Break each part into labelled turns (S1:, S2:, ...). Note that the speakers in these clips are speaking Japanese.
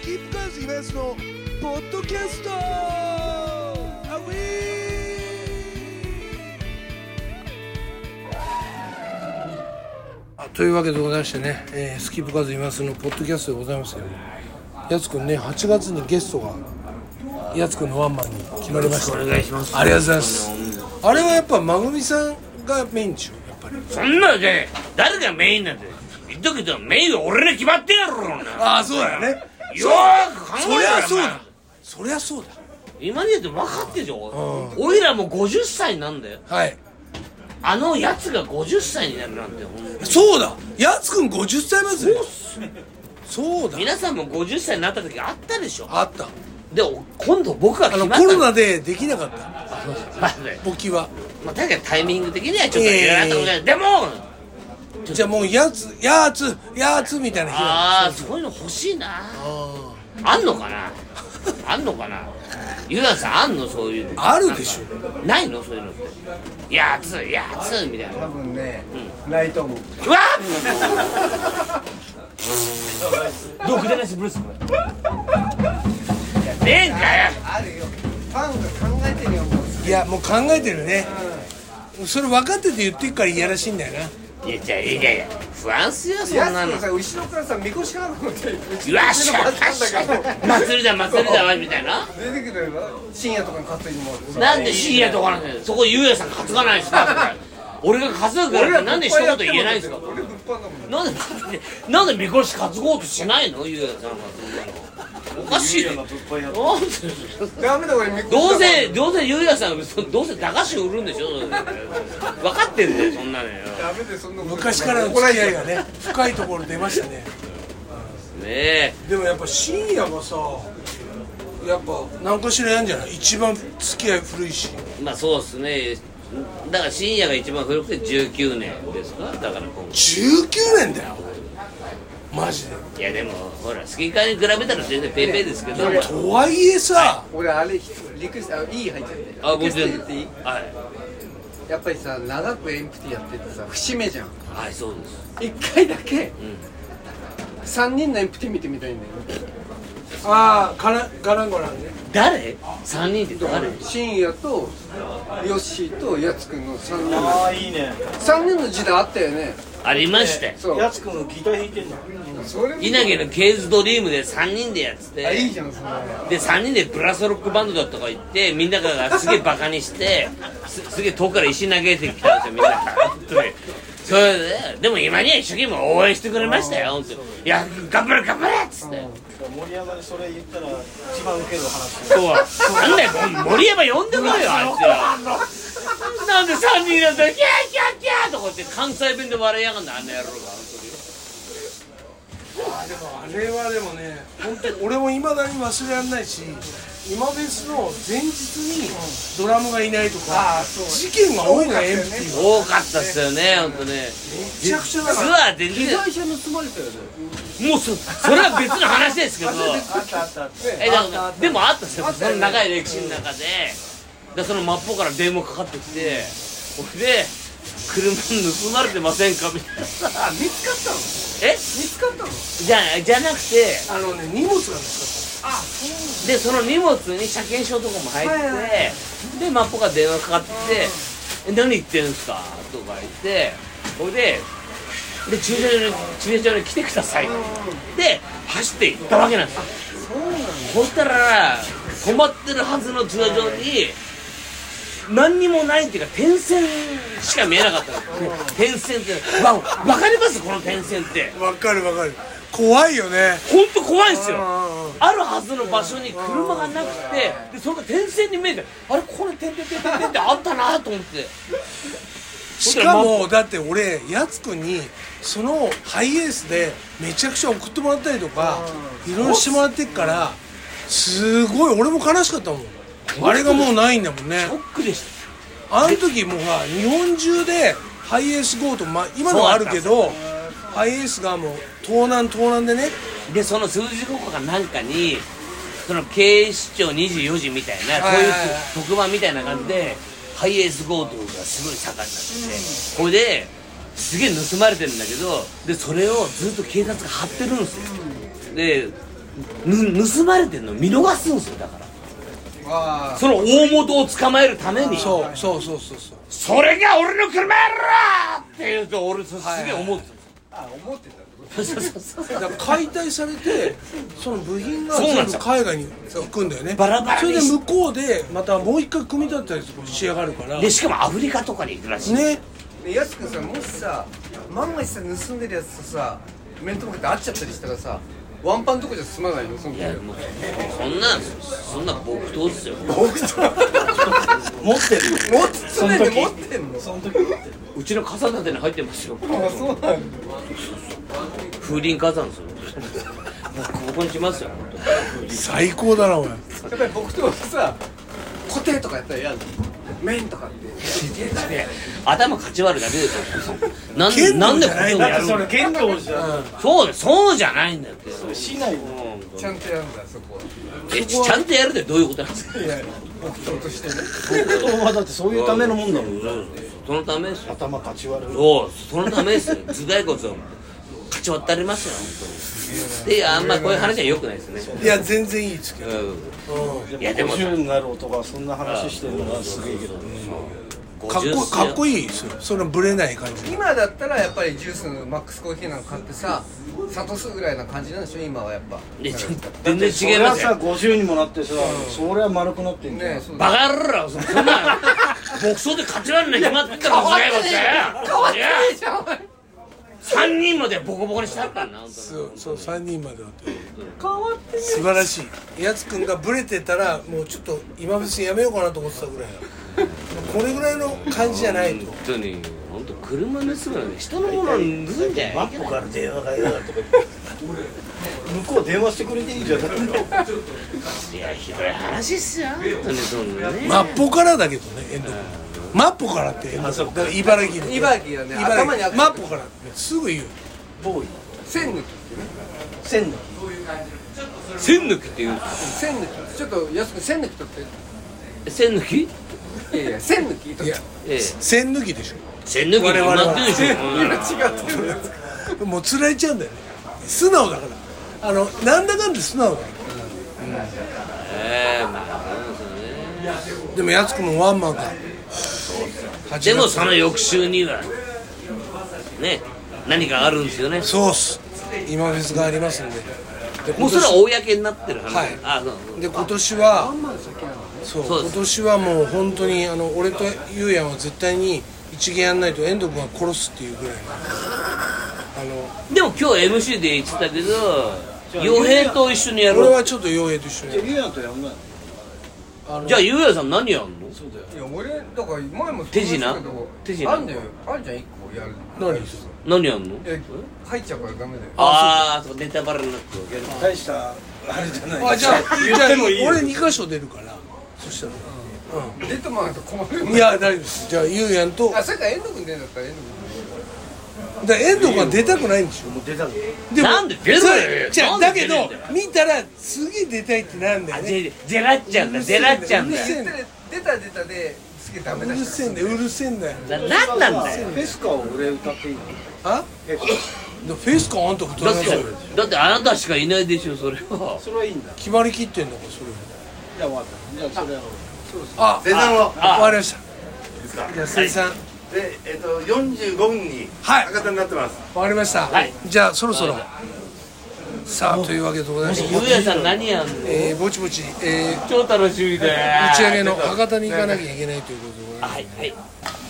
S1: キープカーズイベントのポッドキャストアウィーというわけでございましてね、えースキップカーズイベントのポッドキャストでございますけどやつくんね8月にゲストがやつくんのワンマンに決まりました
S2: お願いします
S1: ありがとうございますあれはやっぱまぐみさんがメインでしょやっぱり
S2: そんなので誰がメインなんだよ言っとくけどメインは俺に決まってんやろなよ
S1: ああそうだよね
S2: ーく考
S1: そ
S2: え
S1: り
S2: た
S1: ゃ
S2: ら
S1: そう
S2: お前
S1: だそりゃそう
S2: 今で言うと分かってるじゃんおいらもう50歳なんだよ
S1: だはい
S2: あのやつが50歳になるなんてほんと
S1: そうだやつくん50歳までそうだ
S2: 皆さんも50歳になった時あったでしょ
S1: あった
S2: で今度僕が
S1: あ
S2: 決
S1: の
S2: ま
S1: コ
S2: った
S1: ロナでできなかった
S2: まあね
S1: 簿記は
S2: まあ確かにタイミング的にはちょっといろいろあったことないでも
S1: じゃあもうやつやつやつみたいな日
S2: あ
S1: だ
S2: あそういうの欲しいな
S1: あ
S2: あんのかなあんのかなユダさんあんのそういうの
S1: あるでし
S2: ょないのそういうのってやつやつみたいな
S3: 多分ね、ないと思う。
S2: うわ
S4: どうくだらしブルースこれ
S2: っねえんかよ
S3: あるよ。ファンが考えてるよ、もう。
S1: ーいやもう考えてるねそれ分かってて言ってっからいやらしいんだよない
S2: やいやいやいや不安っすよそんな
S3: や
S2: の
S3: すさ、後ろからさ、みこしかなと思って。う
S2: うわっしゃ
S3: ちの祭りだから
S2: 祭りだ祭りだわみたいな
S3: 出てくるよ。深夜とかに担いでもらって。
S2: なんで深夜とかなんだよそこゆうやさん担がないんですかみたいな俺が担ぐからってなんで一言言えないんですか
S3: 俺物販だもんね。
S2: なんでなんでみこし担ごうとしないのゆうやさんがそんなのおかしいよなんで
S3: ダメだ、俺みこしだから。
S2: どうせどうせゆうやさんそどうせ駄菓子売るんでしょそれ分かってんだよそんなのよ
S3: ダメで、そんなこと。
S1: 昔からの付き合いがね深いところ出ましたね
S2: ねえ
S1: でもやっぱ深夜がさやっぱ何かしらやんじゃない一番付き合い古いし
S2: まあそうっすねだから深夜が一番古くて19年ですかだから今回
S1: 19年だよマジで
S2: いやでもほらスキーカーに比べたら全然ペーペーですけど
S1: とはいえさ、
S3: 俺あれリクエストあいい入っちゃって
S2: あ
S3: リク
S2: 僕
S3: エスト
S2: 全
S3: 言っていい
S2: は
S3: やっぱりさ長くエンプティやっててさ節目じゃん
S2: いはいそうです
S3: 一回だけ、三3人のエンプティ見てみたいんだよ
S1: ああからガランゴランね
S2: 誰 ?3 人って誰
S3: 深夜とヨッシーとやつくんの3人
S4: ああいいね
S3: 3人の時代あったよね
S2: ありましたよ
S3: そう
S4: やつくんのギター弾いてんだ
S3: それも
S2: 稲毛のケーズドリームで3人でやって
S3: あいい
S2: て
S3: じゃんそれ
S2: で3人でブラスロックバンドだとか言ってみんながすげえバカにしてすすげえ遠くから石投げてきたんですよみんな本当にそれででも今には一生懸命応援してくれましたよ本当にいや頑張れ頑張れっつって
S4: 盛り上がりそれ言ったら一番ウケる話
S2: そうなんだよ森山呼んでこいよあいつなんで三人なんだよキャーキャーキャーとかって関西弁で笑いやがんだあんな野郎が
S1: でもあれはでもね本当俺もいまだに忘れられないし今フェスの前日にドラムがいないとか、事件が多いのよエンプティは
S2: 多かったっすよね本当ね
S1: めちゃくちゃだ
S2: ツ
S1: から
S2: アーでね
S3: 被害者盗まれたよね
S2: もうそそれは別の話ですけど
S4: あったあったあった
S2: えだからでもあったっすよその長い歴史の中ででその真っ向から電話かかってきてほいで車盗まれてませんかみたいなさ
S3: あ見つかったの見
S2: え
S3: つかったの
S2: じゃじゃなくて
S1: あのね荷物がです
S2: でその荷物に車検証とかも入ってて、でマッポが電話かかってきて「え何言ってんすか?」とか言ってほいでで駐車場に駐車場に来てくださいで走って行ったわけなんですよほしたら止まってるはずの駐車場に何にもないっていうか点線しか見えなかったの点線ってわわかりますこの点線って
S1: からわかるわかる怖いよね
S2: 本当怖いですよ
S1: うんうん
S2: あるはずの場所に車がなくてでそれが点線に見えてあれこれ点々点々点々ってあったなと思って
S1: しかもだって俺やつくんにそのハイエースでめちゃくちゃ送ってもらったりとかいろいろしてもらってっからすごい俺も悲しかったもんあれがもうないんだもんね
S2: ショックでした
S1: あの時もうが日本中でハイエース強盗、まあ、今のはあるけどハイエースがもう盗難盗難でね
S2: でその数字国かなんかにその警視庁24時みたいなこ
S1: は
S2: う
S1: いはい
S2: いう
S1: はい
S2: 特番みたいな感じでハイエース強盗がすごい盛んになっててこれですげえ盗まれてるんだけどでそれをずっと警察が張ってるんですよでぬ盗まれてんの見逃すんですよだから
S3: あ
S2: その大元を捕まえるために
S1: そうそうそうそうそう
S2: それが俺の車やろって言うと俺すげえ思って
S3: あ思ってたってこと
S2: たそうそうそ
S1: だ
S2: う
S1: から解体されてその部品が
S2: そうな
S1: 全
S2: んで
S1: 部
S2: すよ
S1: 海外に行くんだよね
S2: バラバラ
S1: それ
S2: に
S1: で
S2: し
S1: 向こうでまたもう一回組み立てたりしやがるから
S2: で
S1: ね
S2: しかもアフリカとかに行くらしい
S3: でやつくんさもしさ万が一さ盗んでるやつとさ面と向かって会っちゃったりしたらさワンパンとこじゃ済まないのその
S2: い
S3: 時
S2: やもうそんなんそんな木刀ですよ
S3: 僕と
S4: 持ってるよ
S3: 持って
S4: その
S3: 常に
S4: 時
S3: 持ってんの
S4: その時持ってる
S2: うちの傘立てに入ってますよ
S3: あそうなんだ
S2: 風林火山ですよ僕ここに来ますよ
S1: 最高だなお前
S3: やっぱり僕とさ固定とかやったら嫌だ面とかって
S2: 頭かち割るだけですよなんで
S1: 剣
S2: な
S1: 道
S2: んで
S1: じ
S2: こ
S1: ゃないん
S2: とを
S1: だ
S2: や
S4: だっ
S2: る
S4: て
S2: の
S4: それ剣道じゃん
S2: そうだそうじゃないんだって
S4: 市内で
S3: ちゃんとやるんだそこは
S2: えちゃんとやるってどういうことなんですか
S3: いや僕ととしてね
S4: 子供はだってそういうためのもんだもん
S2: うんそのためですよ
S4: 頭かち割る
S2: そうそのためですよ頭蓋骨をかち割ってありますよであんまこういう話はよくないですね
S1: いや全然いいですけど
S2: う
S4: でも
S2: いやでも
S4: 50になる男はそんな話してるのがすげえけどね
S2: ん
S1: かっ
S2: 50
S1: こかっこ
S2: いい
S1: いいですよそのブレない感じ
S3: 今だったらやっぱりジュースのマックスコーヒーなんか買ってさサトスぐらいな感じなんでしょ今はやっぱ
S2: 全然違います
S4: そりゃ
S2: よ
S4: さ50にもなってさそりゃ丸くなってんじゃん
S3: ねそう
S2: バカ野郎そそんな牧草で勝ち割るの決まってたら頭蓋骨
S3: 変わって
S2: い
S3: ね
S2: や
S3: えじゃんお前
S2: 3人までボコボコにしたからな本当に
S1: そうそう3人までだって素晴らしいやつくんがブレてたらもうちょっと今別にやめようかなと思ってたぐらいだこれぐらいの感じじゃないと
S2: 本当に本当車盗むのに人のもの盗んじゃいけな
S4: マ
S2: い
S4: ッポから電話が嫌だとか言って向こう電話してくれていいじゃんだって
S2: いやひどい話っすよ本当にそんなね
S1: マッポからだけどね遠藤君マッポからって遠藤君だから茨城で
S3: 茨城はね
S1: 茨
S3: 頭に
S1: 城
S3: あった
S1: マッポからってすぐ言う
S4: ボーイ
S3: 線抜き
S4: 線の
S2: 線抜きっていう
S3: 線抜きちょっと安く線抜き取っ
S2: 線抜き
S3: ていやいや線抜き取
S1: い
S3: っ
S1: や
S3: て
S2: ええ
S1: 線抜きでし
S2: 線抜きってなってるでしょ
S3: いや違ってる
S1: ょもうつられちゃうんだよね素直だからあのなんだかんだ素直だよ
S2: ええまあそうですよね
S1: でもやつくんもワンマンか
S2: でもその翌週にはね何かあるんですよね
S1: そうっす今フェスがありますんでで
S2: もうそれは公になってる話、
S1: はい
S2: あそう
S1: で今年はそう
S2: そうで
S1: 今
S2: す
S1: 年はもう本当にあの俺とゆうやんは絶対に一芸やんないと遠藤君は殺すっていうぐらいのあ
S2: でも今日 MC で言ってたけど傭兵と一緒にや
S1: の俺
S2: ろう
S1: はちょっと陽平と一緒に
S4: ゆうやんとやんないの
S2: じゃあゆうやさん何やんの
S3: いや俺だから前も
S2: 手品手
S3: 手
S2: 品
S3: 品あんだよあんじゃん一個やる
S1: 何
S2: 何やんの
S3: え入っちゃうからダメだよ
S2: ああそうネタバレになってるわけ
S4: 大したあれじゃない
S1: あじゃあ
S4: 言ってもいい
S1: じゃ
S4: よ
S1: あ俺2箇所出るからそした
S3: 出てもらうと困るよ
S1: らいや大丈夫ですじゃあゆうやんと
S3: あそれから遠藤君出るんだったら遠藤
S1: だ遠藤君は出たくないんでしょ
S4: もう出たの
S1: でも
S2: なんで出る
S1: それじゃあ
S2: な
S1: だ
S2: んで
S1: け
S2: 出ねえ
S1: ど
S2: んだよ
S1: 見たらすげえ出たいってなんだ
S2: あ
S1: よね
S2: ぜゼラっちゃうんだゼラっちゃうんだ
S1: うるせえ
S3: 君出たら出たら出たですげえダ
S1: う
S3: メだ
S1: る
S3: し
S1: せえんだようるせえんだよ
S2: ななんなんだよ
S4: フェスカを俺歌っていいの
S1: あ
S4: フェス
S1: でもフェイス感あんた太
S2: だ
S1: ら
S2: っ
S1: な
S2: て
S1: さい
S2: だってあなたしかいないでしょそれは
S4: カそれはいいんだ
S1: 決まりきってんだからそれ
S4: じゃあ分かったじゃあそれは
S1: あ
S5: 前段を
S2: あ
S1: 終わりました
S5: ですか
S1: じゃあ鈴木さん
S5: で、えっと45分に
S1: はい
S5: 博多になってます、
S1: 終わりました、
S2: はい
S1: じゃあそろそろさあというわけでございまして
S2: ゆうやさん何やんの
S1: えー、ぼちぼち、えー、
S2: 超楽しみだよ
S1: 打ち上げの博多に行かなきゃいけないということでございます
S2: はいはい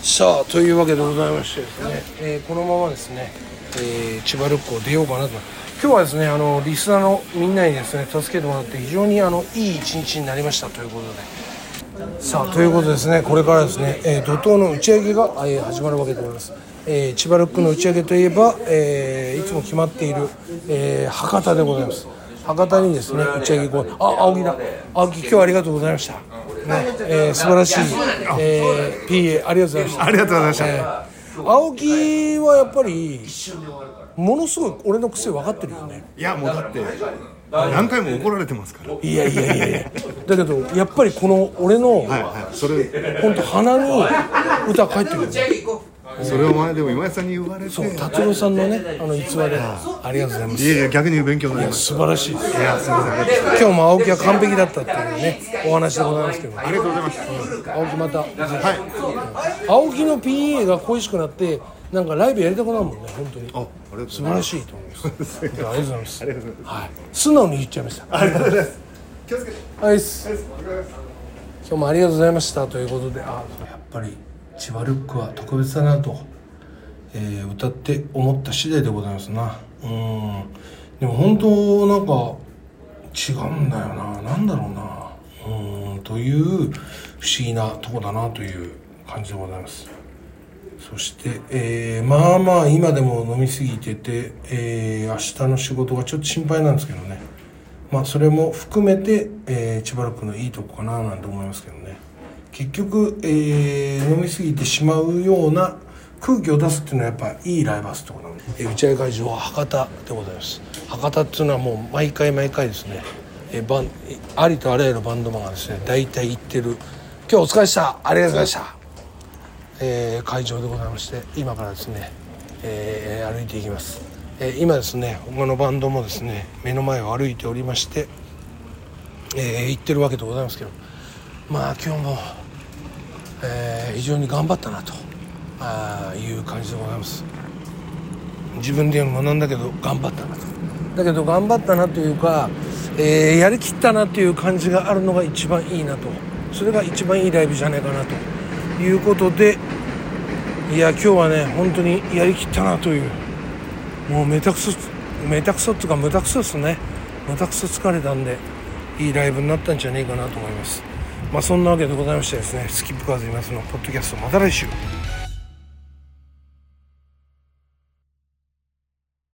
S1: さあというわけでございましてですね、えーこのままですね、えー、千葉旅行出ようかなと今日はですねあのリスナーのみんなにですね助けてもらって非常にあのいい一日になりましたということでさあということでですねこれからですね、えー、怒涛の打ち上げが、えー始まるわけでございます、えー、千葉ルックの打ち上げといえば、えーいつも決まっている、えー博多でございます博多にですね打ち上げ行こうあ青木だ青木今日はありがとうございました、ねえー素晴らしい、えー、PA ありがとうございました
S5: ありがとうございました、
S1: えー青木はやっぱりものすごい俺の癖分かってるよね
S5: いやもうだって何回も怒られてますからはい
S1: いやいやいやいやだけどやっぱりこの俺の
S5: はいそれ
S1: 本当鼻に歌書いてるよね
S3: 行こう
S5: それを前でも今井さんに言われて
S6: そう達郎さんのねあの逸話でありがとうございま
S5: い
S6: す
S5: やいや逆に勉強になりまし
S6: 素晴らしいです
S5: たいやすいませんありが
S6: 今日も青木は完璧だったっていうねお話でございますけど
S5: とうございますは
S6: 青木また
S5: い
S6: 青木の PA が恋しくなってなんかライブやりたくなるもんね本当に
S5: あありがとうございます
S6: 素晴らしいと思いますありがとうございます
S5: ありがとうございます
S6: はい素直に言っちゃいました
S5: ありがとうございます気をつけて
S6: はいです
S5: ありがとうございます
S6: 今日もありがとうございましたということであやっぱり千葉ルックは特別だなと、えー歌って思った次第でございますなうんでも本当なんか違うんだよななんだろうなうんという不思議なとこだなという感じでございますそして、えーまあまあ今でも飲み過ぎてて、えー明日の仕事がちょっと心配なんですけどねまあそれも含めて、えー、千葉ロックのいいとこかななんて思いますけどね結局、えー飲み過ぎてしまうような空気を出すっていうのはやっぱいいライブハウスってことなんで、えー打ち上げ会場は博多でございます博多っていうのはもう毎回毎回ですね、えーバンえーありとあらゆるバンドマンがですね大体行ってる今日お疲れっしたありがとうございましたえー会場でございまして今からですね、えー歩いていきます、えー今ですね他のバンドもですね目の前を歩いておりまして、えー行ってるわけでございますけどまあ今日も、えー非常に頑張ったなとあーいう感じでございます自分で言うのもなんだけど頑張ったなとだけど頑張ったなというか、えーやりきったなという感じがあるのが一番いいなとそれが一番いいライブじゃないかなということでいや今日はね本当にやりきったなというもうめたくそめたくそっていうかむたくそですねむたくそ疲れたんでいいライブになったんじゃねえかなと思いますまあそんなわけでございましてですねスキップカーズ今すのポッドキャストまた来週